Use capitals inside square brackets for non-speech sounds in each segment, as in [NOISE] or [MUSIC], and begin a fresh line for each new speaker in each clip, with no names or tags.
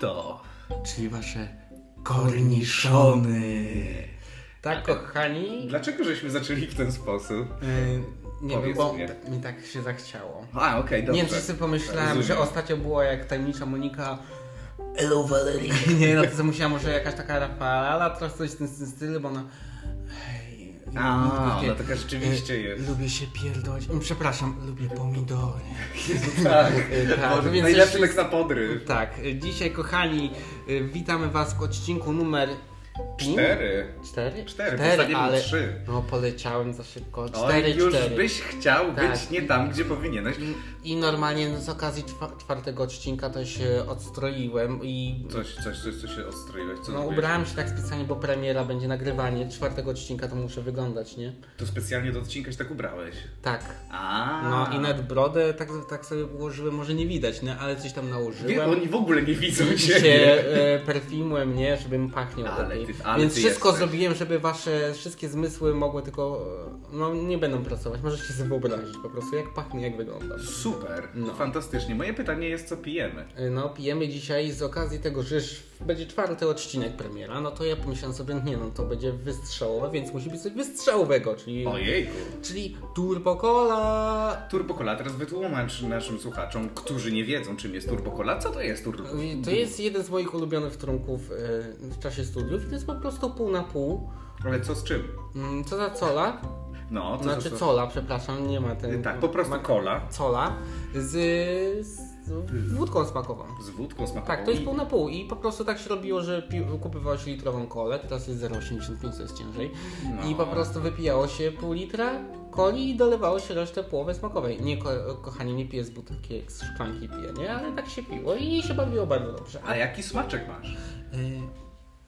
to.
Czyli wasze korniszony. Tak, kochani?
Dlaczego żeśmy zaczęli w ten sposób?
Yy, nie wiem,
Powiedz
bo
mnie.
t- mi tak się zachciało.
A, okej, dobrze.
Nie wiem, czy sobie pomyślałem,
Rozumiem.
że ostatnio było jak tajemnicza Monika. Hello Valerie. [LAUGHS] Nie, no to co musiała może jakaś taka Rafaela, trochę coś w tym, tym stylu, bo ona... Hej,
A,
takie, e,
ona taka rzeczywiście jest.
Lubię się pierdolić. Mm, Przepraszam, lubię
[LAUGHS]
pomidory.
Tak,
E, tak,
Boże,
więc
najlepszy
jeśli-
lek na podryw.
Tak, e, dzisiaj kochani, e, witamy was w odcinku numer...
Cztery.
Cztery?
Cztery, bo ostatnio był
ale...
trzy.
No poleciałem za szybko. Cztery,
Oj, już
cztery.
byś chciał
Tak.
być nie tam, gdzie powinieneś.
I normalnie no, z okazji czwa- czwartego odcinka to się odstroiłem i
Coś, coś, coś, coś się odstroiłeś. Co
no,
zrobiłeś?
ubrałem się tak specjalnie, bo premiera będzie nagrywanie czwartego odcinka, to muszę wyglądać, nie?
To specjalnie do odcinka się tak ubrałeś.
Tak.
A.
No i nad brodę tak, tak sobie ułożyłem, może nie widać, nie? ale coś tam
Wie,
nałożyłem.
oni w ogóle nie widzą
I
ciebie.
się e, perfumem, nie? Żebym pachniał
Ale
lepiej.
ty- ale
Więc
ty
wszystko
jesteś.
zrobiłem, żeby wasze wszystkie zmysły mogły tylko... e, No nie będą pracować, możecie sobie wyobrazić po prostu jak pachnie, jak wyglądam.
Super,
No.
fantastycznie. Moje pytanie jest, co pijemy?
No, pijemy dzisiaj z okazji tego, że już będzie czwarty odcinek premiera, no to ja pomyślałem sobie, nie no, to będzie wystrzałowe, więc musi być coś wystrzałowego, czyli...
Ojejku.
Czyli Turbo Cola!
Turbo Cola, teraz wytłumacz naszym słuchaczom, którzy nie wiedzą, czym jest Turbo Cola, co to jest Turbo
To jest jeden z moich ulubionych trunków e, w czasie studiów i to jest po prostu pół na pół.
Ale co z czym?
Mm, Co za cola?
No, co
Znaczy
za
cola, przepraszam, nie ma ten...
Tak, po prostu cola
Cola z, z wódką smakową.
z wódką smakową.
Tak, to jest
i-
pół na pół i po prostu tak się robiło, że pi- kupywało się litrową kolę, teraz jest 0,85, to jest ciężej
No.
i po prostu wypijało się pół litra coli i dolewało się resztę połowy smakowej. Nie, ko kochani, nie piję z butelki, jak z szklanki piję, nie? Ale tak się piło i się bawiło bardzo dobrze.
A jaki smaczek masz?
Y,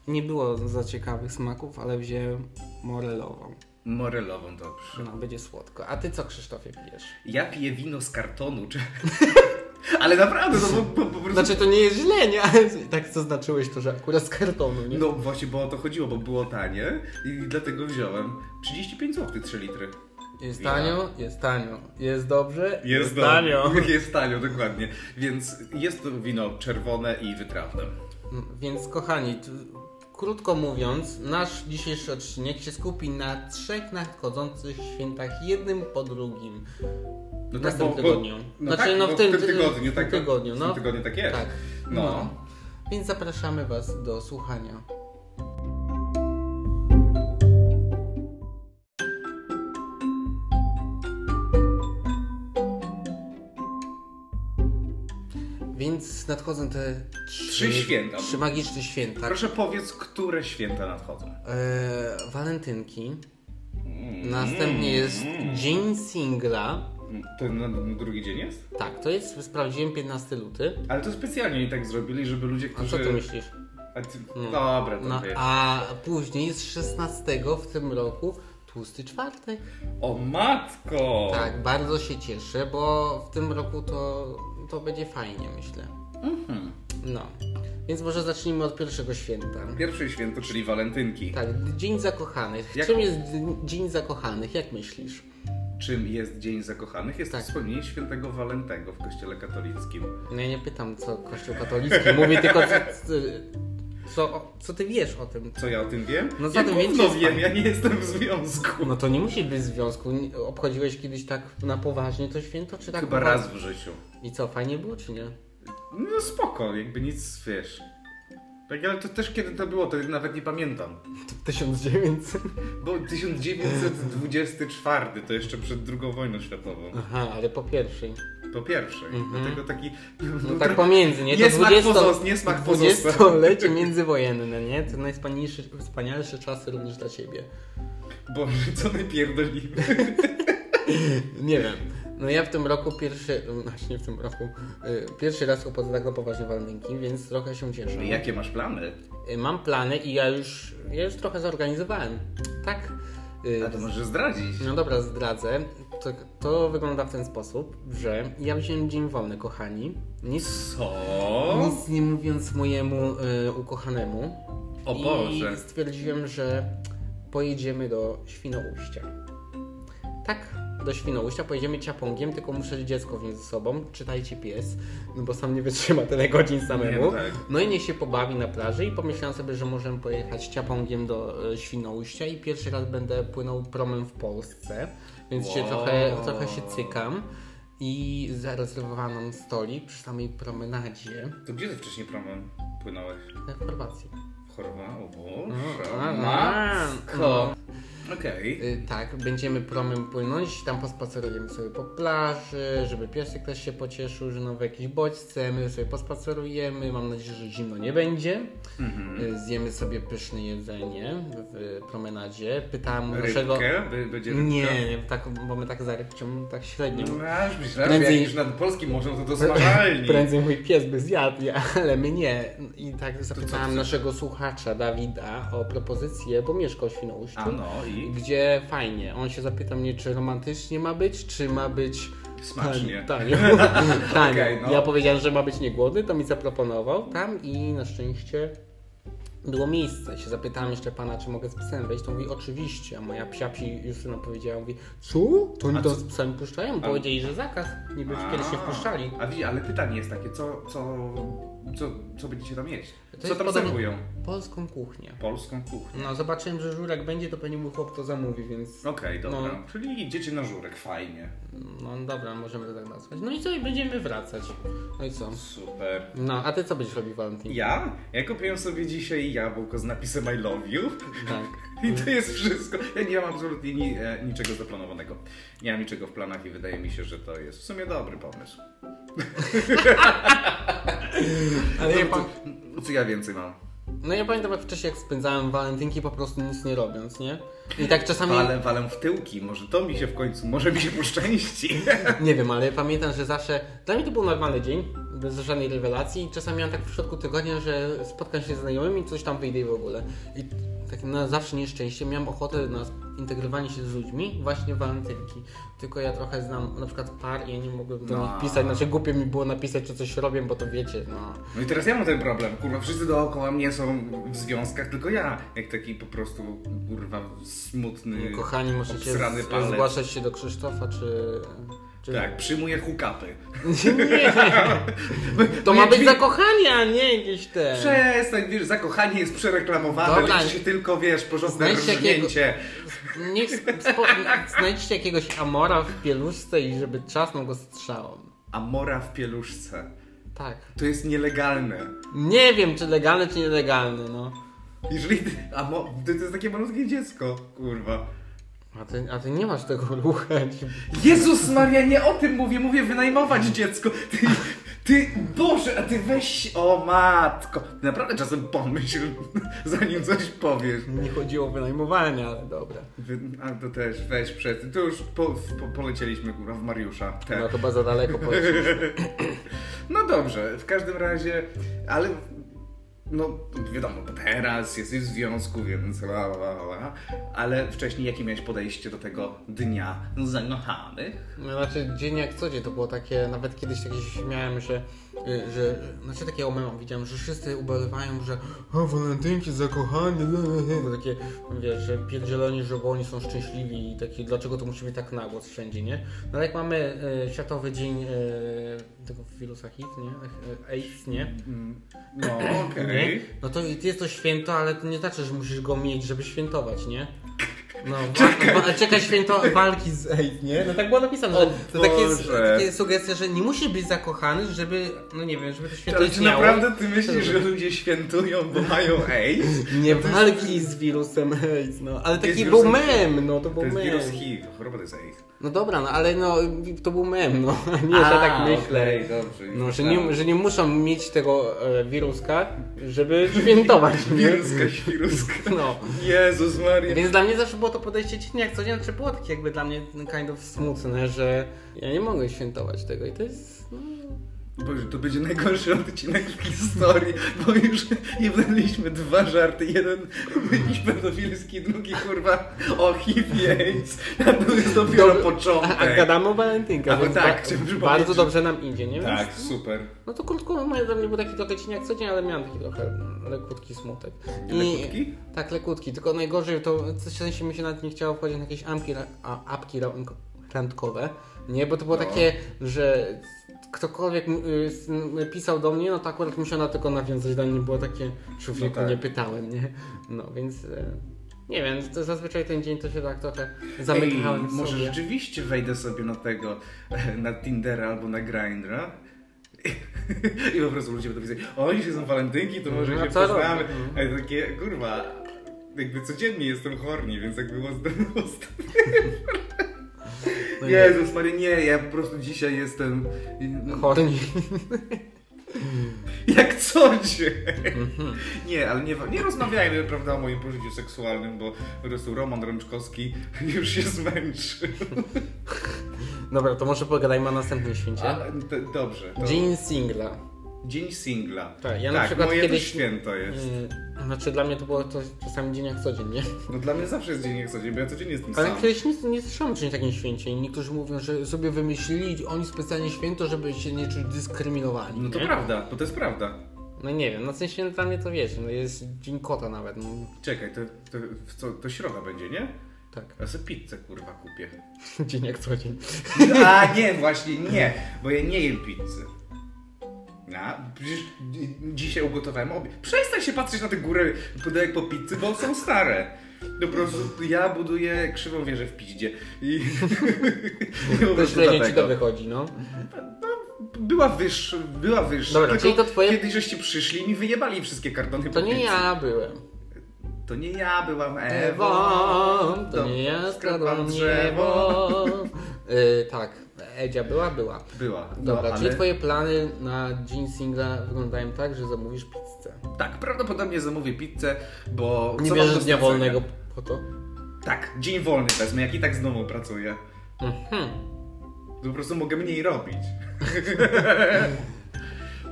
nie było za ciekawych smaków, ale wziąłem morelową.
Morelową, dobrze.
No, będzie słodko. A ty co, Krzysztofie, pijesz?
Ja piję wino z kartonu, czy... [LAUGHS] Ale naprawdę, no bo po, po prostu...
[LAUGHS] Znaczy, to nie jest źle, nie? Ale tak zaznaczyłeś to, że akurat z kartonu, nie?
No właśnie, bo o to chodziło, bo było tanie i dlatego wziąłem 35 zł 3 litry.
Jest
Ja.
tanio, jest tanio. Jest dobrze,
Jest
tanio. [LAUGHS]
tanio. [LAUGHS] Jest tanio, dokładnie. Więc jest to wino czerwone i wytrawne.
Mm, Więc kochani, t- krótko mówiąc, nasz dzisiejszy odcinek się skupi na trzech nadchodzących świętach, jednym po drugim.
No
W następnym tygodniu.
No
Znaczy,
tak,
no w
bo
tym-
w tym tygodniu,
w
tak,
tym tygodniu,
W
no.
tym tygodniu tak jest.
Tak.
No.
Więc zapraszamy Was do słuchania. Więc nadchodzą te trzy,
Trzy święta.
Trzy magiczne święta.
Proszę powiedz, które święta nadchodzą.
E, walentynki.
Mm.
Następnie jest Dzień Singla.
To na drugi dzień jest?
Tak, to jest, sprawdziłem, 15 luty.
Ale to specjalnie oni tak zrobili, żeby ludzie,
A
którzy...
co ty myślisz?
A ty... Dobra, to
No,
wiesz.
a później z 16 w tym roku Tłusty Czwartek.
O matko!
Tak, bardzo się cieszę, bo w tym roku to, to będzie fajnie, myślę.
Mhm.
No, więc może zacznijmy od pierwszego święta.
Pierwsze święto, czyli walentynki.
Tak, Dzień Zakochanych.
Jak-
Czym jest Dzień Zakochanych? Jak myślisz?
Czym jest Dzień Zakochanych? Jest
Tak.
to wspomnienie świętego Walentego w kościele katolickim.
No ja nie pytam, co Kościół katolicki [LAUGHS] mówi, tylko co, co, co ty wiesz o tym.
Co ja o tym wiem?
No
No
za
ja
tym
gówno
więcej
wiem,
jest-
ja nie jestem w związku.
No to nie musi być w związku. Nie- Obchodziłeś kiedyś tak na poważnie to święto, czy tak?
Chyba
po-
raz w życiu.
I co, fajnie było, czy nie?
No spoko, jakby nic, wiesz. Tak, ale to też kiedy to było, to nawet nie pamiętam.
1900.
Bo 1924 to jeszcze przed II wojną światową.
Aha, ale po pierwszej.
Po pierwszej. Dlatego taki...
Mhm. No tak pomiędzy, nie? To
Niesmak
20
pozos- niesmak pozostał.
20-lecie międzywojenne, nie? To najwspanialsze wspanialsze czasy również dla ciebie.
Boże, co my pierdolimy.
Nie wiem. No ja w tym roku pierwszy, właśnie w tym roku, y, pierwszy raz obchodzę tak na poważnie walentynki, więc trochę się cieszę.
Jakie masz plany?
Y, Mam plany i ja już, ja już trochę zorganizowałem. Tak. Y,
A to możesz zdradzić.
No dobra, zdradzę. To, to wygląda w ten sposób, że ja wziąłem dzień wolny, kochani. Nic,
Co?
nic nie mówiąc mojemu y, ukochanemu.
O Boże.
I stwierdziłem, że pojedziemy do Świnoujścia. Tak, do Świnoujścia pojedziemy ciapongiem, tylko muszę dziecko wziąć ze sobą, czytajcie pies, no bo sam nie wytrzyma tyle godzin samemu.
Nie, tak.
No i niech się pobawi na plaży i pomyślałem sobie, że możemy pojechać ciapongiem do e, Świnoujścia i pierwszy raz będę płynął promem w Polsce, więc się
Wow.
trochę, trochę się cykam. I zarezerwowano nam stolik przy samej promenadzie
To gdzie ty wcześniej promem płynąłeś?
na Chorwacji.
W Chorwacji? O
a,
Boże,
no.
matko. Okej.
Y, Tak, będziemy promem płynąć, tam pospacerujemy sobie po plaży, żeby piesek też się pocieszył, że nowe jakieś bodźce, my sobie pospacerujemy, mam nadzieję, że zimno nie będzie.
Mhm.
Y, Zjemy sobie pyszne jedzenie w promenadzie. Pytałem naszego...
Rybkę? By, będzie rybka?
Nie, nie, tak, bo my tak za rybcią, tak średnio.
No aż byś raczej,
Prędzej-
jak już nad polskim morzem, to doskonalnie.
Prędzej mój pies by zjadł, ja- ale my nie. I tak zapytałem
chcesz?
naszego słuchacza Dawida o propozycję, bo mieszkał w Świnoujściu.
A no i
gdzie fajnie. On się zapyta mnie, czy romantycznie ma być, czy ma być
smacznie.
[LAUGHS] tanio. tanio.
Okej, no.
Ja powiedziałem, że ma być niegłodny, to mi zaproponował tam i na szczęście było miejsce. Się zapytałem jeszcze pana, czy mogę z psem wejść, to mówi oczywiście, a moja psiapsi Justyna powiedziała, mówi, co? To oni
A
to
co-
z psem puszczają? Powiedzieli, że zakaz, niby
A.
kiedyś się wpuszczali.
A widzisz, ale pytanie jest takie, co, co, co, co będziecie tam jeść?
To
Co
jest
tam
podobno-
serwują?
Polską kuchnię.
Polską kuchnię.
No, zobaczyłem, że żurek będzie, to pewnie mój chłop to zamówi, więc...
Okej, dobra.
No.
Czyli idziecie na żurek, fajnie.
No dobra, możemy to tak nazwać. No i co, i będziemy wracać. No i co?
Super.
No, a ty co będziesz robił, Valentin?
Ja? Ja kupiłem sobie dzisiaj jabłko z napisem I love you. [LAUGHS]
Tak.
I to jest wszystko. Ja nie mam absolutnie ni, e, niczego zaplanowanego. Nie mam niczego w planach i wydaje mi się, że to jest w sumie dobry pomysł.
Ale ja pa-
No, co, co ja więcej mam?
no ja pamiętam jak wcześniej jak spędzałem walentynki po prostu nic nie robiąc, nie? I tak czasami,
Walę, walę w tyłki. Może to mi się w końcu, może mi się poszczęści.
nie wiem, ale pamiętam, że zawsze, dla mnie to był normalny dzień, bez żadnej rewelacji i czasami miałem tak w środku tygodnia, że spotkam się z znajomymi, coś tam wyjdę i w ogóle. I tak na zawsze nieszczęście miałem ochotę na integrowanie się z ludźmi, właśnie w walentynki. Tylko ja trochę znam na przykład par i ja nie mogłem do
No.
nich pisać, znaczy głupio mi było napisać, czy coś robię, bo to wiecie, no.
No i teraz ja mam ten problem. Kurwa, wszyscy dookoła mnie są w związkach, tylko ja. Jak taki po prostu, kurwa, smutny,
Mm. Kochani, możecie
obsrany
z-
palec.
zgłaszać się do Krzysztofa, czy... czy...
Tak, przyjmuję hukapy.
[LAUGHS] Nie, to ma być zakochanie, a nie jakieś te...
Przestań, wiesz, zakochanie jest przereklamowane,
Dobra.
liczy się tylko, wiesz, porządne
Znajdź jakiego-
rżnięcie.
Niech spo... znajdźcie jakiegoś Amora w pieluszce i żeby trzasnął go strzałą.
A mora w pieluszce.
Tak.
To jest nielegalne.
Nie wiem, czy legalny, czy nielegalny, no.
Jeżeli ty, a mo, to, to jest takie malutkie dziecko, kurwa.
A ty, a ty nie masz tego ruchać.
Jezus Maria, nie o tym mówię, mówię wynajmować dziecko. Ty, ty, Boże, a ty weź, o matko. Ty Naprawdę czasem pomyśl, [LAUGHS] zanim coś powiesz.
Nie chodziło o wynajmowanie, ale dobra.
Wy, a to też, weź przed, to już po, po, polecieliśmy, kurwa, w Mariusza. Te. [LAUGHS]
No chyba za daleko poszliśmy.
No dobrze, w każdym razie, ale no wiadomo, bo teraz jesteś w związku, więc la, la, la, la, ale wcześniej jakie miałeś podejście do tego dnia zakochanych?
No, znaczy dzień jak co dzień to było takie, nawet kiedyś takie się śmiałem, że, y, że znaczy takie omemą widziałem, że wszyscy ubolewają, że o, walentynki zakochani, le, le, le. To takie, wiesz, że pierdzieloni, że bo oni są szczęśliwi i takie, dlaczego to musi być tak nagłos wszędzie, nie? No ale jak mamy y, Światowy Dzień y, tego wirusa HIV, nie? Y, AIDS, nie?
Mm, No
nie?
okej.
No to jest to święto, ale to nie znaczy, że musisz go mieć, żeby świętować, nie? No,
Czekaj.
wa- wa- czekaj święto walki z AIDS, nie? No tak było napisane, że to
Boże.
takie, jest- takie sugestie, że nie musisz być zakochany, żeby, no nie wiem, żeby to święto
Ale czy
istniało.
naprawdę ty myślisz, że ludzie świętują, bo mają AIDS?
Nie walki z wirusem AIDS, no. Ale
To jest
taki był
wirus-
mem, no, to
To
był
jest
mem.
wirus HIV, choroba to jest AIDS.
No dobra, no, ale no, to był mem, no. [LAUGHS] Nie, że tak myślę.
okej, Tak. dobrze. już
No, że
myślałem.
nie, że nie muszą mieć tego e, wiruska, żeby świętować, nie?
Wiruska, świruska.
No.
Jezus Maria.
Więc dla mnie zawsze było to podejście dzień jak co dzień, czy było takie jakby dla mnie kind of smutne, że ja nie mogę świętować tego i to jest... No,
Boże, to będzie najgorszy odcinek w historii, bo już jednaliśmy dwa żarty. Jeden jakiś pedofilski, drugi kurwa o HIV AIDS. A to jest dopiero
Dobra,
początek.
A, a gadamy o walentynkach,
A,
więc
tak,
tak,
chciałem przypomnieć,
bardzo
że-
dobrze nam idzie, nie? Więc-
Tak, super.
No to krótko mówiąc, dla mnie był taki trochę cień jak co dzień, ale miałem taki trochę lekutki smutek.
Lekutki?
Tak, lekutki, tylko najgorzej to w sensie mi się nawet nie chciało wchodzić na jakieś amki, a, apki rank- randkowe, nie? Bo to było
No.
takie, że ktokolwiek y, s- m, pisał do mnie, no to akurat musiała tylko nawiązać do mnie, było takie, człowieku,
No tak.
nie pytałem, nie? No więc... y, Nie wiem, to zazwyczaj ten dzień to się tak trochę zamykałem
Ej,
w
może
sobie.
rzeczywiście wejdę sobie na tego, e, na Tindera albo na Grindra. [LAUGHS] I po prostu ludzie będą pisać, o, dzisiaj są walentynki, to może
No
się
co
poznamy.
robię?
A ja takie, kurwa, jakby codziennie jestem horny, więc jakby było [LAUGHS] zdrowo.
No i-
Jezus Maria, nie, ja po prostu dzisiaj jestem...
[LAUGHS] Chorni.
Jak co dzień. [LAUGHS]
Mhm.
Nie, ale nie, nie rozmawiajmy, prawda, o moim pożyciu seksualnym, bo po prostu Roman Rączkowski [LAUGHS] już się zmęczył.
Dobra, to może pogadajmy o następnym święcie.
Ale d- dobrze. To...
Dzień singla.
Dzień singla.
Tak, ja na przykład
moje
kiedyś-
też święto jest.
Yy, Znaczy dla mnie to było to czasami dzień jak codziennie.
No dla mnie zawsze jest dzień jak codziennie, bo ja codziennie jestem
Ale
sam.
kiedyś nic, nie słyszałem o czymś takim święcie i niektórzy mówią, że sobie wymyślili oni specjalnie święto, żeby się nie czuć dyskryminowani.
No to
nie?
prawda, bo to jest prawda.
No nie wiem, no w sensie dla mnie to wiesz, no jest dzień kota nawet, no
Czekaj, to, to, w co, to środa będzie, nie?
tak. [LAUGHS]
Ja sobie pizzę kurwa kupię. [LAUGHS]
dzień jak codzień.
A nie, właśnie nie, bo ja nie jem pizzy. No, przecież dzi- dzisiaj ugotowałem obie. Przestań się patrzeć na te góry pudełek po pizzy, bo są stare. No po prostu ja buduję krzywą wieżę w piździe. I... i [LAUGHS] po
To
prostu
źle ci
dlatego.
to wychodzi, no.
Była wyższa, była wyższa.
Dobra,
tylko
czyli to twoje-
Kiedyś żeście przyszli i mi wyjebali wszystkie kartony
To
po
nie
pizzy.
ja byłem.
To nie ja byłam Ewą.
Ewą, to nie ja
skradłam
skradłam drzewo. Yy, tak, Edzia była, była.
Była.
Dobra,
no,
czyli
ale...
twoje plany na dzień singla wyglądają tak, że zamówisz pizzę.
Tak, prawdopodobnie zamówię pizzę, bo...
Nie
co mam do
bierzesz dnia
stracenia?
wolnego po to?
Tak, dzień wolny wezmę, jak i tak z domu pracuję.
Mhm.
To po prostu mogę
[LAUGHS]
mniej robić.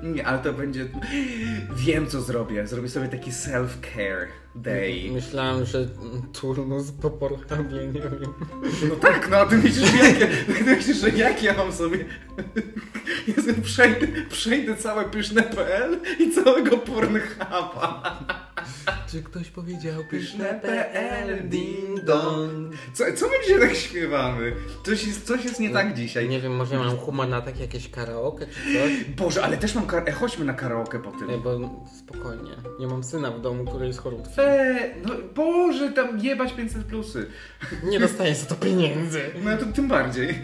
nie, ale to będzie... Wiem, co zrobię. Zrobię sobie taki self-care day.
Myślałem, że mm, turnus po porchami, nie wiem.
No tak, no a ty myślisz, jak ja, [LAUGHS] ty myślisz, że jak ja mam sobie... [LAUGHS] Ja sobie przejdę, przejdę całe pyszne.pl i całego Pornhuba.
Czy ktoś powiedział
Pyszne.pl, ding dong. Co, co my dzisiaj tak śpiewamy? Coś jest, coś jest nie tak dzisiaj.
Nie wiem, może mam humor na takie jakieś karaoke czy coś?
Boże, ale też mam kar... e, Chodźmy na karaoke po
Nie,
tym.
bo spokojnie. Nie mam syna w domu, który jest chorutwy.
Fe, no Boże, tam jebać 500 plusy.
Nie dostaję za to pieniędzy.
[LAUGHS] No to tym bardziej.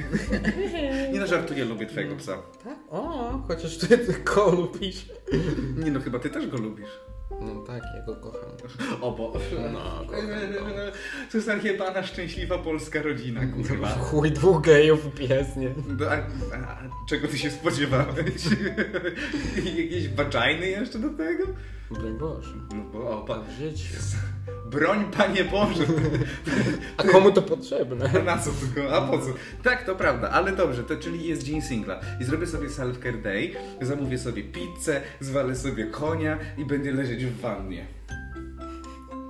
Nie no, żartuję, lubię twojego psa.
Tak? O, chociaż ty tylko lubisz.
Nie no, chyba ty też go lubisz.
No tak, ja go kocham.
O Boże.
No, kocham go.
To jest archiebana szczęśliwa polska rodzina, kurwa.
Chuj, dwóch gejów i pies, nie?
No, a, a, czego ty się spodziewałeś? [LAUGHS] Jakieś baczajny jeszcze do tego?
Broń Boże.
No bo, o, pa,
W życiu.
broń Panie Boże! [LAUGHS]
A komu to potrzebne?
Na co tylko, a po co? Tak, to prawda, ale dobrze, to czyli jest dzień singla. I zrobię sobie self-care day, zamówię sobie pizzę, zwalę sobie konia i będę leżeć w wannie. [LAUGHS]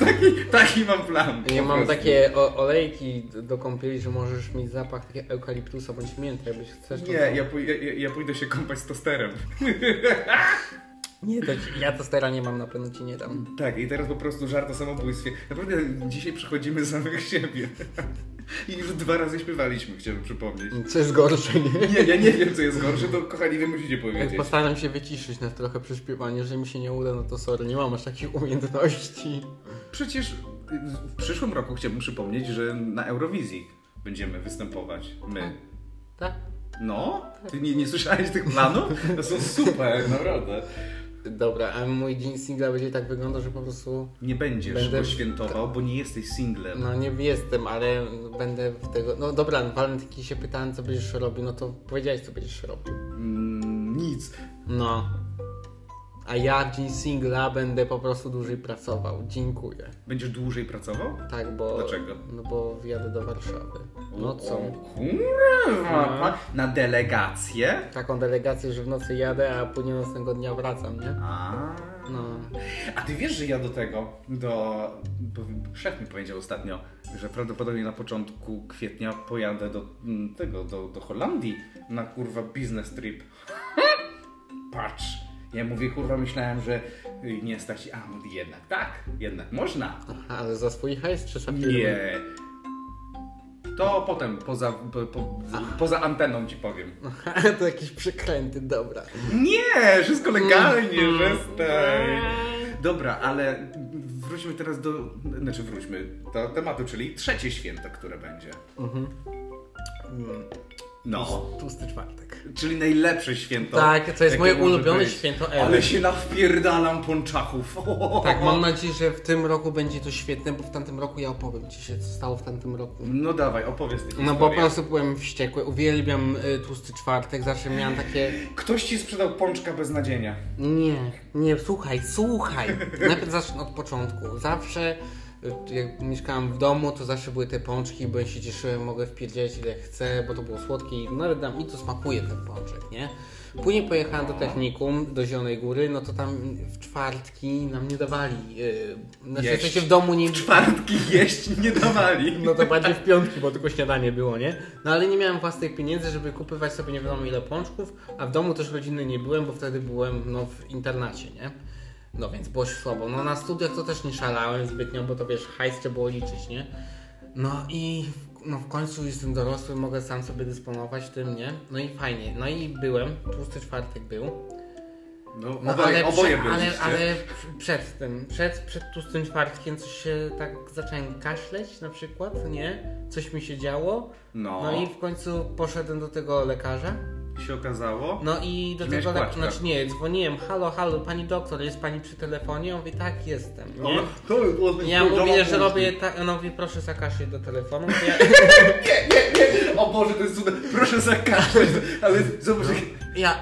Taki, taki mam plan.
Ja
po
mam
prostu.
takie o, olejki d- do kąpieli, że możesz mieć zapach takiego eukaliptusa bądź mięty, jakbyś chcesz. to-
Nie, ja, pój- ja, ja pójdę się kąpać z tosterem.
nie to ci, ja to stera nie mam, na pewno ci nie dam.
Tak, i teraz po prostu żart o samobójstwie. Naprawdę dzisiaj przechodzimy samych siebie. I już dwa razy śpiewaliśmy, chciałbym przypomnieć.
Co jest Mm, gorsze, nie?
Nie, ja nie wiem, co jest gorsze, to kochani, wy musicie
Jak
powiedzieć.
postaram się wyciszyć na trochę przy śpiewaniu, jeżeli mi się nie uda, no to sorry, nie mam aż takich umiejętności.
Przecież w przyszłym roku chciałbym przypomnieć, że na Eurowizji będziemy występować. My.
Tak?
No? Ty nie, nie słyszałeś tych planów? To są super, naprawdę.
Dobra, a mój dzień singla będzie tak wyglądał, że po prostu,
Nie będziesz
Będę-
go świętował, bo nie jesteś singlem.
no nie jestem, ale będę w tego, no dobra, no, walentynki się pytałem, co będziesz robił, no to powiedziałeś, co będziesz robił.
Mm, nic.
No. A ja w dzień singla będę po prostu dłużej pracował. Dziękuję.
Będziesz dłużej pracował?
Tak, bo.
Dlaczego?
No bo wjadę do Warszawy. No co?
O kurwa, pa- na delegację?
Taką delegację, że w nocy jadę, a później następnego dnia wracam, nie?
A.
No.
A ty wiesz, że ja do tego, do... bo Szef mi powiedział ostatnio, że prawdopodobnie na początku kwietnia pojadę do mm, tego, do, do Holandii na kurwa business trip. [LAUGHS] Patrz. Ja mówię, kurwa, myślałem, że y, nie stać, a mówi, jednak tak, jednak można.
Aha, ale za swój hajs czy za firmę?
Nie. To potem, poza, po, po, poza anteną ci powiem.
Aha, [LAUGHS] to jakieś przekręty, dobra.
Nie, wszystko legalnie, przestań. Dobra, ale wróćmy teraz do, znaczy wróćmy do tematu, czyli trzecie święto, które będzie.
Mm-hmm.
No,
Tłusty czwartek.
czyli najlepsze święto.
Tak, to jest
jakie
moje
może
ulubione
być.
święto ever.
Ale się nawpierdalam pączaków.
[LAUGHS] Tak, mam nadzieję, że w tym roku będzie to świetne, bo w tamtym roku ja opowiem ci się, co stało w tamtym roku.
No dawaj, opowiedz tę historię.
No bo po prostu byłem wściekły, uwielbiam y, tłusty czwartek, zawsze miałem takie...
Ktoś ci sprzedał pączka bez nadzienia.
Nie, nie, słuchaj, słuchaj. Najpierw zacznę od początku. Zawsze, y, jak mieszkałem w domu, to zawsze były te pączki, byłem się cieszyłem, mogę wpierdzieć ile chcę, bo to było słodkie i nawet dam i to smakuje ten pączek, nie? Później pojechałem do technikum, do Zielonej Góry, no to tam w czwartki nam nie dawali, yy, znaczy
Jeść.
w sensie w domu nie...
W czwartki jeść nie dawali.
No to bardziej w piątki, bo tylko śniadanie było, nie? No ale nie miałem własnych pieniędzy, żeby kupywać sobie nie wiadomo ile pączków, a w domu też rodzinny nie byłem, bo wtedy byłem no, w internacie, nie? No więc było się słabo. No na studiach to też nie szalałem zbytnio, bo to wiesz, hajs trzeba było liczyć, nie? No i w- no, w końcu jestem dorosły, mogę sam sobie dysponować tym, nie? No i fajnie. No i byłem, tłusty czwartek był.
No,
No
oboje,
ale,
oboje
prze- ale,
byliście.
ale p- przed tym, przed, przed tłustym czwartkiem coś się tak zacząłem kaszleć na przykład, nie? Coś mi się działo.
No.
No i w końcu poszedłem do tego lekarza.
się okazało.
No i do
Czy miałeś tak?
tego lekarza,
płaczka?
znaczy nie, dzwoniłem, halo, halo, pani doktor, jest pani przy telefonie? On mówi, tak, jestem, nie?
No, to jest ładny
Ja
program
mówię, że
później.
robię tak, on mówi, proszę zakaszleć do telefonu. To Ja,
Nie, nie, nie! O Boże, to jest cudne. Proszę zakaszleć, ale zobacz,
No.
jak-
ja...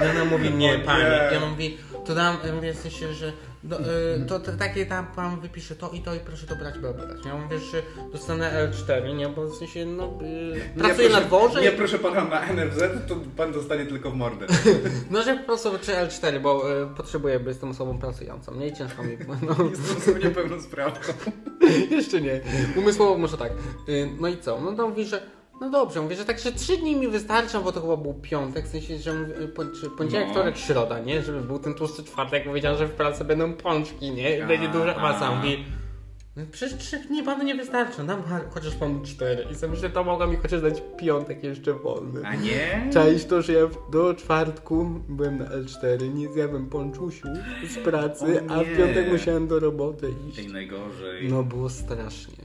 I ona No, mówi, nie,
O nie.
pani. Ja mówię, to dam, ja mówię w sensie, że do, y, to, to takie tam pan wypisze to i to i proszę to brać, bra, brać. Ja mówię, że dostanę L4, nie, bo w sensie, no, y,
nie,
pracuję
proszę-
na dworze
Nie,
i
proszę pana na NFZ, to pan dostanie tylko w mordę.
No, że po prostu czy L4, bo y, potrzebuję, by jestem osobą pracującą. Nie ciężko mi. No,
Jestem osobą niepełnosprawną.
[LAUGHS] jeszcze nie. Umysłowo może tak. Y, no i co? No to mówi, że. No dobrze, mówię, że także trzy dni mi wystarczą, bo to chyba był piątek, w sensie, że mówię, y, po- czy poniedziałek,
No.
wtorek, środa, nie? Żeby był ten tłusty czwartek, powiedziałem, że w pracy będą pączki, nie? I Będzie duża masa, mówi, no przecież trzy dni panu nie wystarczą, dam pan- chociaż panu cztery. I sobie myślę, to mogła mi chociaż dać piątek jeszcze wolny.
A nie?
Czaisz to, że ja w- do czwartku byłem na L4, nie zjadłem ponczusiu z pracy,
O
a w
nie.
piątek musiałem do roboty
Tej
iść.
najgorzej.
No było strasznie.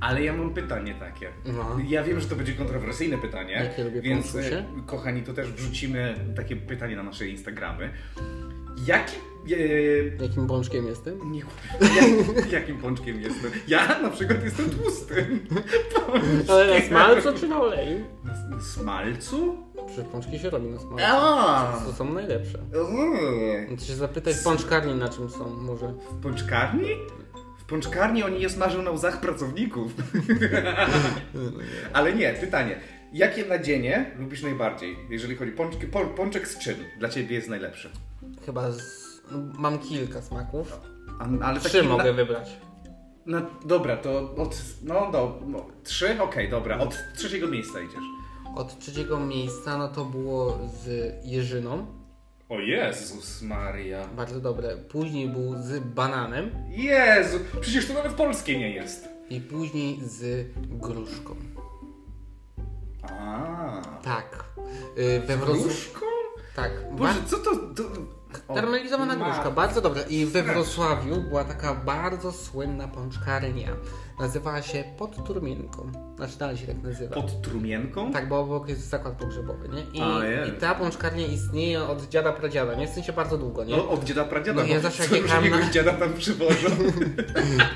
Ale ja mam pytanie takie.
No.
Ja wiem, że to będzie kontrowersyjne pytanie,
Jakie lubię
więc
konkursie?
e, kochani, to też wrzucimy takie pytanie na nasze Instagramy. Jaki... E,
Jakim bączkiem jestem?
Nie jak, [LAUGHS] Jakim pączkiem jestem? Ja na przykład jestem tłustym. [LAUGHS] Pączkiem.
Ale na smalcu czy na oleju?
Na Smalcu?
Przecież pączki się robi na smalcu.
A!
To są najlepsze.
Uuu.
Muszę się zapytać pączkarni na czym są, może.
W pączkarni? W pączkarni oni je smażą na łzach pracowników. [LAUGHS] Ale nie, pytanie. Jakie nadzienie lubisz najbardziej, jeżeli chodzi pączki, pą, pączek z czym dla ciebie jest najlepszy?
Chyba z... Mam kilka smaków.
A, ale taki
Trzy
No, na-
mogę wybrać.
No dobra, to od. No, no, no trzy? Okej, dobra. Od trzeciego miejsca idziesz.
Od trzeciego miejsca, no to było z jeżyną.
O Jezus Maria.
Bardzo dobre. Później był z bananem.
Jezu, przecież to nawet polskie nie jest.
I później z gruszką.
A.
Tak. Yy, we Wrocławiu.
Gruszką?
Tak.
Boże,
Ba-
co to? to... o,
Karmelizowana
ma-
gruszka, bardzo dobra. I we Wrocławiu była taka bardzo słynna pączkarnia. Nazywała się Pod Turminką. Znaczy dalej się tak nazywa.
Pod trumienką?
Tak, bo obok jest zakład pogrzebowy, nie? I,
A, jest.
i ta pączkarnia istnieje od dziada pradziada, nie? W sensie bardzo długo, nie?
No, od dziada pradziada.
No, ja
bo
zawsze jak
co
jechałem na-
jakiegoś dziada tam
[LAUGHS]
przywożą.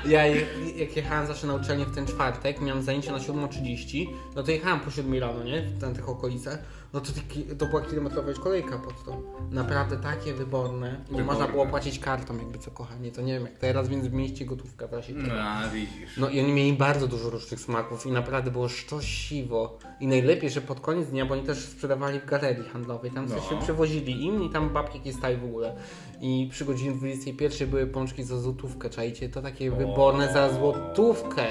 Ja je- jak jechałem zawsze na uczelnię w ten czwartek, miałem zajęcia na 7.30, no to jechałem po 7 rano, nie? W tam tych okolicach. no to, taki- to była kilometrowa już kolejka pod to. Naprawdę takie wyborne. Nie można było płacić kartą jakby co kochanie, to nie wiem jak teraz, więc w mieście gotówka da się
No, a widzisz.
no i oni mieli bardzo dużo różnych smaków i naprawdę było sztosiwo. I najlepiej, że pod koniec dnia, bo oni też sprzedawali w galerii handlowej, tam coś
No.
się przewozili im i tam babki jakieś stały w ogóle. I przy godzinie 21 były pączki za złotówkę, czajcie, to takie wyborne za złotówkę.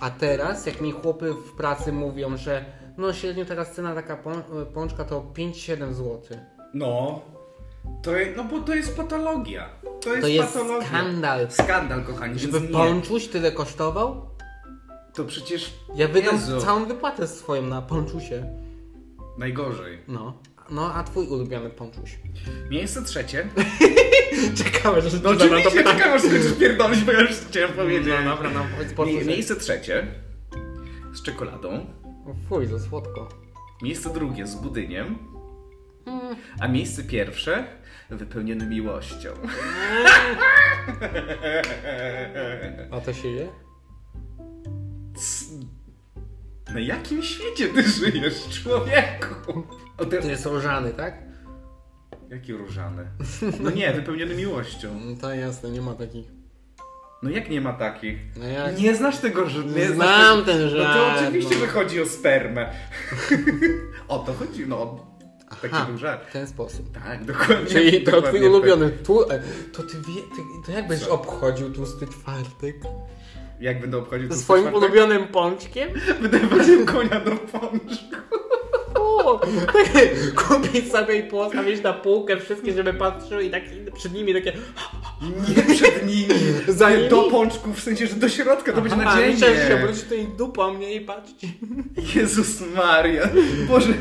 A teraz, jak mi chłopy w pracy mówią, że no średnio teraz cena taka pą- pączka to 5-7 zł.
No. To, je- no bo to jest patologia. To jest,
To jest
patologia.
skandal.
Skandal, kochani.
Żeby
więc nie.
pączuś tyle kosztował?
To przecież.
Ja wydam
Jezu,
całą wypłatę swoją na pączusie.
Najgorzej.
No. No, a twój ulubiony pączuś?
Miejsce trzecie.
Czekałem, że
No oczywiście, czekam aż skończysz pierdolić, bo ja już chciałem powiedzieć.
No dobra, no powiedz
Mie-
poczuć.
Miejsce trzecie. Z czekoladą.
Fuj, to słodko.
Miejsce drugie z budyniem. A miejsce pierwsze wypełnione miłością. [LAUGHS]
A to się je?
C- Na jakim świecie ty żyjesz, człowieku? O
To
te...
jest różany, tak?
Jaki różany. No nie, wypełniony miłością.
No to jasne, nie ma takich.
No jak nie ma takich?
No jak?
Nie znasz tego, że nie
Znam
znasz
ten
No to
żart,
oczywiście,
no.
że chodzi o spermę. [LAUGHS] o to chodzi, no. Taki
Ha,
był żart.
w ten sposób.
Tak, dokładnie.
Czyli to twój
dokładnie tak.
ulubiony. Tu, e, to ty wie, ty, to jak będziesz
Co?
obchodził tłusty czwartek?
Jak będę obchodził
Ze
tłusty
swoim
czwartek?
ulubionym pączkiem?
Będę woził konia do pączku.
O, tak, kupić sobie i postawić na półkę wszystkie, żeby patrzyły i tak przed nimi takie...
Nie przed nimi.
[LAUGHS] Za
Nie,
nimi?
Do pączku, w sensie, że do środka, to będzie
A, myślałem, że się
nadzieję.
obróci tutaj dupa mnie i patrzcie.
Jezus Maria.
Y,
Boże.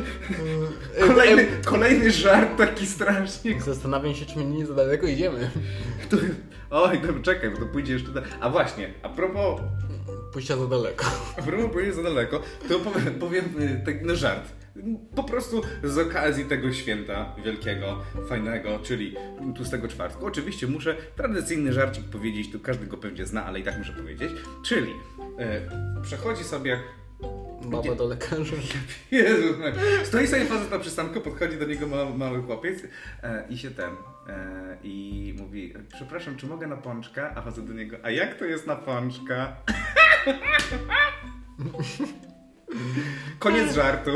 E,
Kolejny, kolejny żart taki strasznie.
Zastanawiam się, czy my nie za daleko idziemy.
który- Oj, dobra, czekaj, bo to pójdzie jeszcze... da- A właśnie, a propos
Pójścia za daleko.
Próbuję powiedzieć za daleko, to powiem, powiem y, tak na żart. Po prostu z okazji tego święta wielkiego, fajnego, czyli tłustego czwartku. Oczywiście muszę tradycyjny żarcik powiedzieć, tu każdy go pewnie zna, ale i tak muszę powiedzieć. Czyli y, przechodzi sobie...
Baba do lekarza.
Jezu, tak. stoi sobie facet na przystanku, podchodzi do niego ma, mały chłopiec e, i się ten... E, I mówi, przepraszam, czy mogę na pączka? A facet do niego, a jak to jest na pączka? Koniec żartu.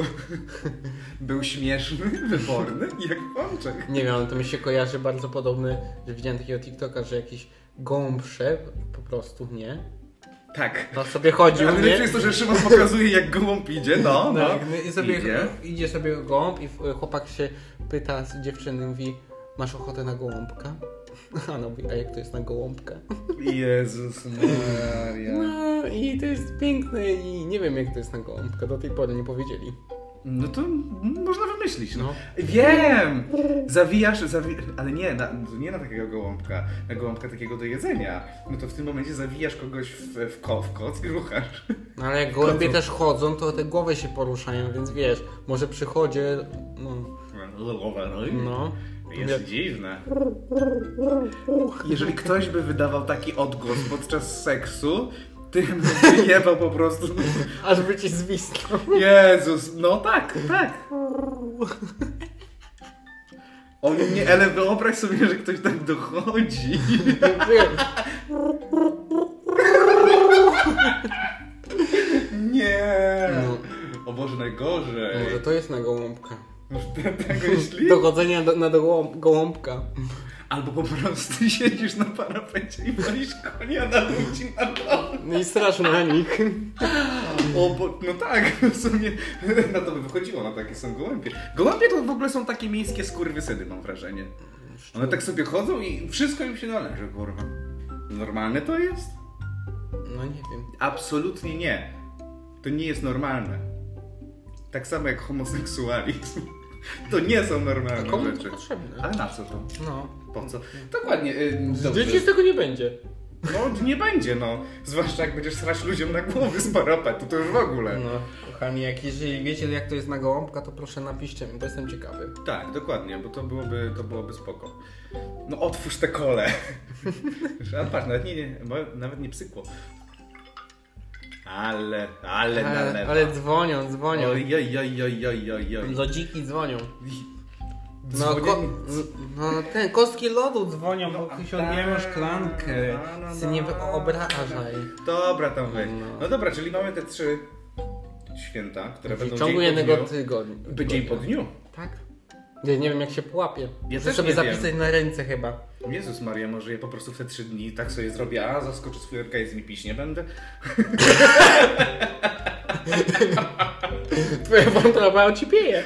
Był śmieszny, wyborny i jak pączek.
Nie wiem, ale to mi się kojarzy bardzo podobny, że widziałem takiego TikToka, że jakiś gołąb szep po prostu, nie?
Tak.
To sobie chodził,
Ale
nie?
lepsze jest to, że Szymon pokazuje jak gołąb idzie, no, no.
Tak, no i sobie,
Idzie.
idzie sobie gołąb i chłopak się pyta z dziewczyny, mówi masz ochotę na gołąbka? [LAUGHS] A ona mówi, a jak to jest na gołąbka?
Jezus Maria.
No i to jest piękne i nie wiem jak to jest na gołąbka, do tej pory nie powiedzieli.
No to można wymyślić, no.
No.
Wiem! Zawijasz, zawi... ale nie, na, nie na takiego gołąbka, na gołąbka takiego do jedzenia. No to w tym momencie zawijasz kogoś w, w, ko, w koc i ruchasz.
No ale jak gołębie
Chodzą.
też chodzą, to te głowy się poruszają, więc wiesz, może przy chodzie, no, no.
Jest dziwne. Jeżeli ktoś by wydawał taki odgłos podczas seksu, tym [LAUGHS] wyjebał po prostu.
Aż by ci zwisnął.
Jezus, no tak, tak. O nie, ale wyobraź sobie, że ktoś tak dochodzi. Nie.
No.
O Boże, najgorzej.
Może to jest na gołąbka.
Może te- No, [LAUGHS]
[LAUGHS]
tego jeśli?
Dochodzenia do, na do gołą- gołąbka.
Albo po prostu [LAUGHS] siedzisz na parapecie i walisz konia na ludzi na dole.
No i strasz na nich.
O, bo, no tak, [LAUGHS] w sumie na to by wychodziło, na takie są gołębie. Gołębie to w ogóle są takie miejskie skurwysyny, mam wrażenie. One tak sobie chodzą i wszystko im się należy, kurwa. Normalne to jest?
No nie wiem.
Absolutnie nie. To nie jest normalne. Tak samo jak homoseksualizm. [LAUGHS] To nie są normalne
Komu to
Tak, rzeczy.
potrzebne?
Ale na co to?
No.
Po co? Dokładnie. y, dobrze.
Dzieci z tego nie będzie.
No nie będzie, no. Zwłaszcza jak będziesz srać ludziom na głowy z parapetu, to już w ogóle.
No, kochani, jak jeżeli wiecie jak to jest na gołąbka, to proszę napiszcie mi, bo jestem ciekawy.
Tak, dokładnie, bo to byłoby, to byłoby spoko. No otwórz te
[LAUGHS]
kole. Ale patrz, nawet nie, nie, nawet nie psykło. Ale, ale
Ale,
nalewa.
ale dzwonią, dzwonią.
Oj, oj, oj, oj, oj, oj, oj.
Lodziki dzwonią. No,
Dzwonię-
ko- no ten, kostki lodu dzwonią, bo
a
sięgniemy
tak,
szklankę.
no, no,
Ty nie
no.
wyobrażaj.
Dobra, tam weź.
No.
No dobra, czyli mamy te trzy święta, które
W
będą
ciągu
dzień
jednego
po dniu.
tygodnia.
By dzień po dniu.
Tak? Nie, nie wiem jak się połapie. Muszę
też
sobie
nie wiem.
zapisać na ręce chyba. [LAUGHS]
Jezus Maria, może ja po prostu w te trzy dni tak sobie zrobię, a zaskoczę swój organizm i pić nie będę. [LAUGHS]
Twoja wątroba ocipieje.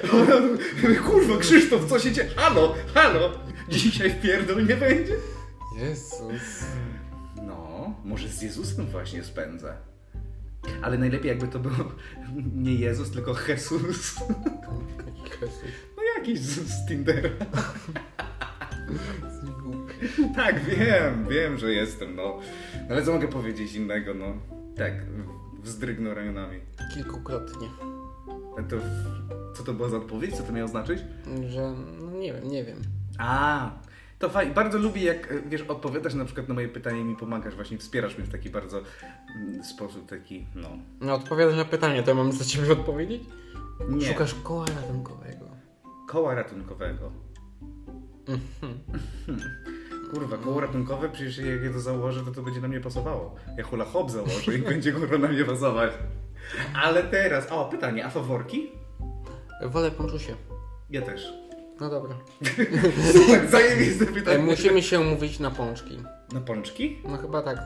Kurwa, Krzysztof, co się dzieje? Halo, halo! Dzisiaj w pierdol nie będzie?
Jezus.
No, może z Jezusem właśnie spędzę. Ale najlepiej jakby to było [LAUGHS] nie Jezus, tylko Jesus.
Jaki Jezus.
No jakiś z, z Tindera. [LAUGHS]
Jesteś głupi.
Tak, wiem, wiem, że jestem, no. Ale co mogę powiedzieć innego, no. Tak, w- wzdrygnął ramionami.
Kilkukrotnie.
A to, co to była za odpowiedź? Co to miało znaczyć?
Że, no nie wiem, nie wiem.
A, to fajnie. Bardzo lubię, jak e, wiesz, odpowiadasz na przykład na moje pytanie i mi pomagasz, właśnie wspierasz mnie w taki bardzo mm, sposób, taki, no.
No odpowiadasz na pytanie, to ja mam za ciebie odpowiedzieć?
Nie.
Szukasz koła ratunkowego.
koła ratunkowego.
Mhm.
Kurwa,
No.
koło ratunkowe, przecież jak je to założę, to to będzie na mnie pasowało. Ja hula hop założę i [LAUGHS] będzie kurwa na mnie pasować. Ale teraz, o, pytanie, a faworki?
Wolę ponczusie. [LAUGHS]
Ja też.
No dobra.
Super, zajebiste
E,
pytanie.
musimy się umówić na pączki.
Na pączki?
No chyba tak.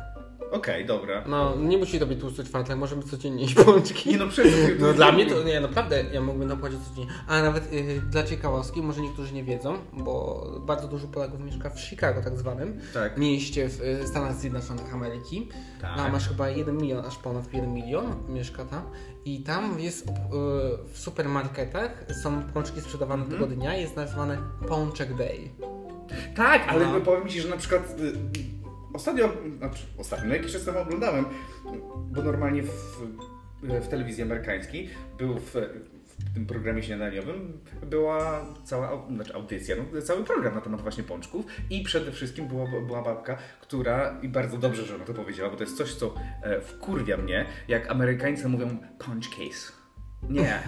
Okej, dobra.
No nie musi to być tłusty czwartek, możemy codziennie iść pączki.
Nie no, przecież...
No dla mnie to, nie, naprawdę, ja mógłbym to płacić codziennie. A nawet y, dla ciekawostki, może niektórzy nie wiedzą, bo bardzo dużo Polaków mieszka w Chicago tak zwanym,
Tak.
mieście w y, Stanach Zjednoczonych Ameryki.
Tak.
A masz chyba 1 milion, aż ponad 1 milion mieszka tam. I tam jest y, w supermarketach są pączki sprzedawane
Mhm.
tego dnia, jest nazwane Pączek Day.
Tak, ale
No.
powiem Ci, że na przykład y, ostatnio, znaczy ostatnio, no jakiś czas temu oglądałem, bo normalnie w, y, w telewizji amerykańskiej był w, w tym programie śniadaniowym była cała, au- znaczy audycja, no, cały program na temat właśnie pączków i przede wszystkim była, była babka, która, i bardzo dobrze, że ona to powiedziała, bo to jest coś, co e, wkurwia mnie, jak Amerykańcy mówią punch case. Nie,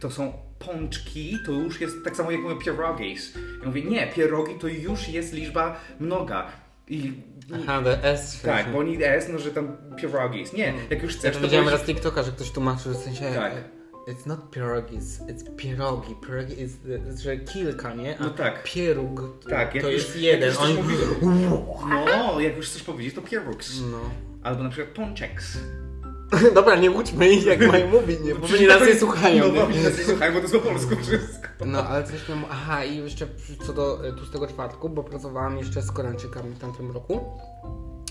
to są pączki, to już jest tak samo jak mówię pierogies. Ja mówię, nie, pierogi to już jest liczba mnoga. I, i
Aha, the S.
tak, bo oni jest, no że tam pierogies. Nie, jak już
Mm. Ja
chcesz,
to
to
widziałem
powiedz-
raz TikToka, że ktoś tłumaczył, że w sensie...
Tak.
It's not pierogies, it's pierogi. Pierogi is, y, że kilka, nie? A
No tak.
pieróg to,
Tak, jak
to
już-
jest jeden.
jak już
Oni...
coś No, jak już chcesz powiedzieć, to pierogs.
[LAUGHS] No. [LAUGHS]
Albo na przykład pączeks.
Dobra, nie łudźmy ich jak mają mówić, nie? Bo oni nas nie słuchają.
No, bo
nie?
oni nas nie słuchają, bo to jest po polsku wszystko.
No, ale
tak.
coś miałem... Aha, i jeszcze przy- co do e, tłustego czwartku, bo pracowałam jeszcze z Koreańczykami w tamtym roku.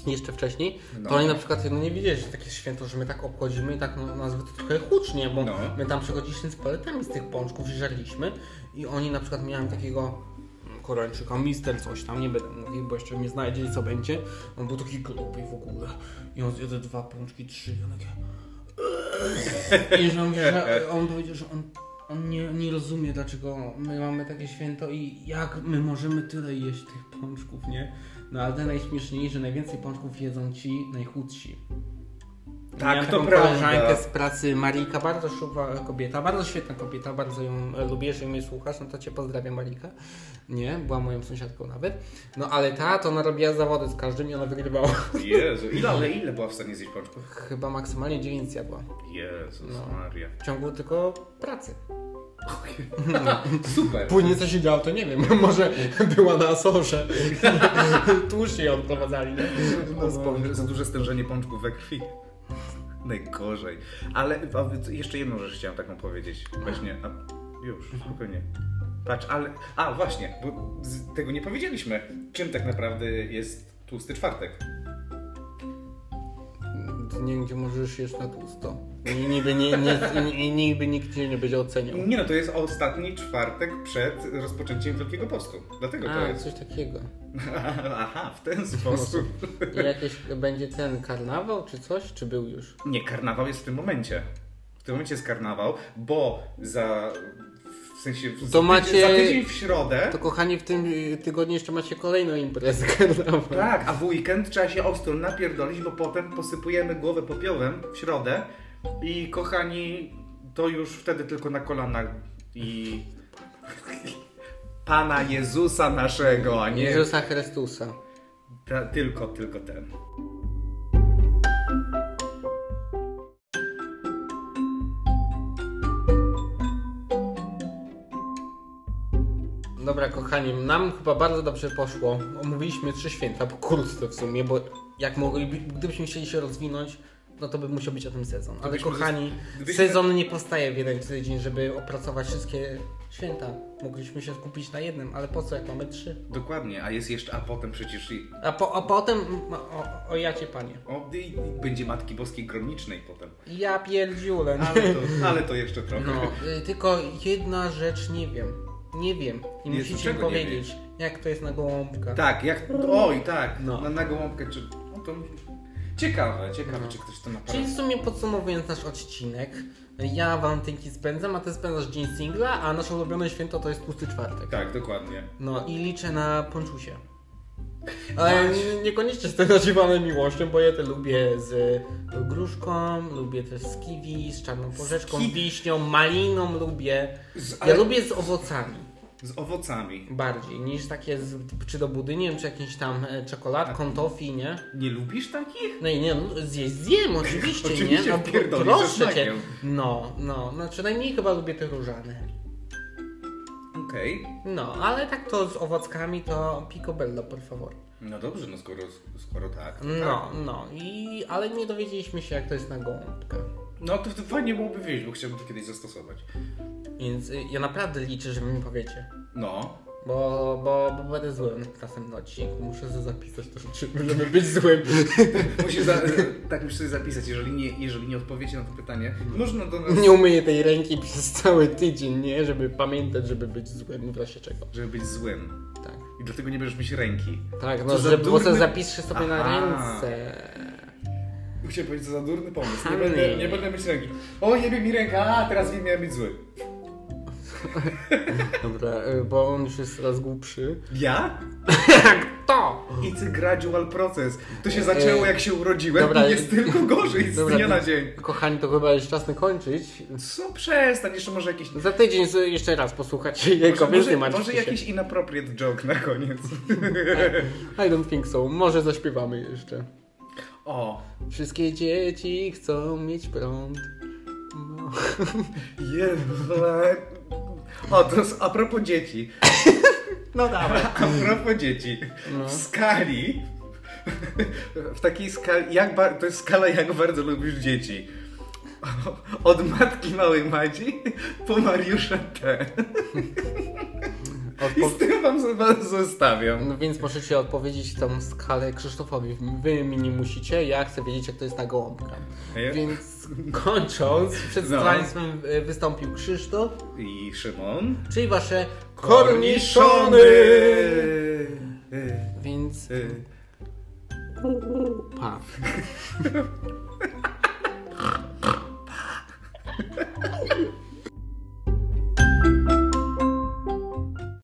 Jeszcze wcześniej,
No.
to oni na przykład no nie wiedzieli, że takie święto, że my tak obchodzimy i tak no, nazwy to trochę hucznie, bo
No.
my tam przychodziliśmy z paletami z tych pączków i żarliśmy i oni na przykład miałem takiego mm, Koreańczyka, mister coś tam, nie będę mówił, bo jeszcze mnie znajdzie i co będzie. On był taki głupi w ogóle i on zjadł dwa pączki, trzy i on takie... I że on, że on powiedział, że on, on nie, nie rozumie, dlaczego my mamy takie święto i jak my możemy tyle jeść tych pączków, nie? No ale to najśmieszniej, że najwięcej pączków jedzą ci najchudsi.
Tak,
Miałem
to
taką
prawda.
koleżankę z pracy, Marika, bardzo szuwa kobieta, bardzo świetna kobieta, bardzo ją e, lubię, jeżeli mnie słuchasz, no to cię pozdrawiam Marika. Nie, była moją sąsiadką nawet. No ale ta, to ona robiła zawody z każdym i ona wygrywała.
Jezu, ile, ale ile była w stanie zjeść pączków?
Chyba maksymalnie 9 zjadła.
Jezus
No.
Maria.
W ciągu tylko pracy. No.
Super.
Później co się działo, to nie wiem. [LAUGHS] Może była na Asorze. [LAUGHS] Tłuszcz jej odprowadzali. nie?
No, no, za duże stężenie pączków we krwi. [LAUGHS] Najgorzej. Ale a, wy- jeszcze jedną rzecz chciałem taką powiedzieć. Właśnie, a już, spokojnie. Patrz, ale. A właśnie, bo z tego nie powiedzieliśmy. Czym tak naprawdę jest tłusty czwartek?
Nigdzie możesz jeść na tłusto. I niby, nie, nie, i- i niby nikt cię nie będzie oceniał.
Nie no, to jest ostatni czwartek przed rozpoczęciem Wielkiego Postu. Dlatego to
A,
jest. [LAUGHS]
coś takiego.
Aha, w ten sposób.
I jakiś będzie ten karnawał czy coś? Czy był już?
Nie, karnawał jest w tym momencie. W tym momencie jest karnawał, bo za w sensie w,
To
to
macie-
macie... za tydzień w środę.
To kochani, w tym y, tygodniu jeszcze macie kolejną [LAUGHS] imprezkę dla was.
Tak, a w weekend trzeba się ostro napierdolić, bo potem posypujemy głowę popiołem w środę i kochani, to już wtedy tylko na kolanach i... [LAUGHS] Pana Jezusa naszego, a nie
Jezusa Chrystusa.
ta, tylko, tylko ten.
Dobra, kochani, nam chyba bardzo dobrze poszło. Omówiliśmy trzy święta, bo kurczę w sumie, bo jak mogliby, gdybyśmy chcieli się rozwinąć, no to by musiał być o tym sezon. Ale
byśmy
kochani,
zas- gdybyśmy-
sezon nie powstaje w jeden tydzień, żeby opracować wszystkie święta. Mogliśmy się skupić na jednym, ale po co, jak mamy trzy?
Dokładnie, a jest jeszcze, a potem przecież i,
A, po, a potem, m- o, o jacie panie.
o, i, i będzie Matki Boskiej Gronicznej potem.
Ja pierdziulę. nie? [LAUGHS]
Ale to, ale to jeszcze trochę.
No, y, tylko jedna rzecz nie wiem. Nie wiem. I
Jezu,
musicie mi
czego nie
powiedzieć, jak to jest na gołąbka.
Tak, jak, oj tak,
No.
na, na gołąbkę, czy, no to ciekawe, ciekawe,
No.
czy ktoś to naprawdę...
Czyli w sumie podsumowując nasz odcinek, ja walentynki spędzam, a ty spędzasz dzień singla, a nasze ulubione święto to jest tłusty czwartek.
Tak, dokładnie.
No i liczę na ponczusie. Ale n- niekoniecznie z tym nazywane miłością, bo ja te lubię z gruszką, lubię też z kiwi, z czarną porzeczką,
kiwi?
wiśnią, maliną lubię.
Z-
Ja
ale-
lubię z owocami
Z owocami.
bardziej niż takie z, czy do budyniem, czy jakimś tam e, czekoladką, tofi, nie?
Nie lubisz takich?
No i nie, no, zjeść
[LAUGHS]
zjem, oczywiście, nie?
Oczywiście,
No, pro-
wpierdolisz tak ze
proszę cię.
smakiem.
No, no, znaczy najmniej chyba lubię te różane.
Okej.
No, ale tak to z owockami to picobello, por favor.
No dobrze, no skoro, skoro tak.
No, no, i, ale nie dowiedzieliśmy się jak to jest na gołąbkę.
No to, to fajnie byłoby wiedzieć, bo chciałbym to kiedyś zastosować.
Więc y, ja naprawdę liczę, że mi powiecie.
[LAUGHS] No.
Bo, bo, bo będę złym w następnym odcinku. Muszę sobie zapisać to, czy możemy być złym.
Musisz za, tak musisz sobie zapisać, jeżeli nie, jeżeli nie odpowiecie na to pytanie. Można do nas,
Nie umyję tej ręki przez cały tydzień, nie? Żeby pamiętać, żeby być złym w razie czego.
żeby być złym.
Tak.
I dlatego nie będziesz mieć ręki.
Tak, no,
Co za
że bo sobie
durny-
zapiszesz sobie na
Aha.
ręce.
Chciałem powiedzieć, co za durny pomysł.
Honey.
Nie będę, nie będę mieć ręki. O, jebie mi ręka, a teraz wiem, miałem być zły.
Dobra, y, bo on już jest coraz głupszy.
Ja? Tak,
To!
It's a gradual process. To się zaczęło, jak się urodziłem
E, Dobra,
i jest tylko gorzej z
Dobra,
dnia na
to-
dzień.
Kochani, to chyba już czas na kończyć.
Co? Przestań, jeszcze może jakiś...
Za tydzień z- jeszcze raz posłuchać jego, więc
może,
nie martwcie
może
się.
jakiś inappropriate joke na koniec.
I don't think so. Może zaśpiewamy jeszcze.
o,
Wszystkie dzieci chcą mieć prąd. No.
Jezu. O, to jest a propos dzieci.
No dawaj.
A propos dzieci. W skali... W takiej skali... Jak ba... To jest skala, jak bardzo lubisz dzieci. Od matki małej Madzi po Mariusza T. I z tym wam was zostawiam.
No więc możecie odpowiedzieć tą skalę Krzysztofowi. Wy mi nie musicie, ja chcę wiedzieć, jak to jest na gołąbka.
Ja-
Więc kończąc, przed
No.
państwem e, wystąpił Krzysztof,
I Szymon.
czyli wasze korniszony!
Korniszony!
Więc
Y, y.
pa.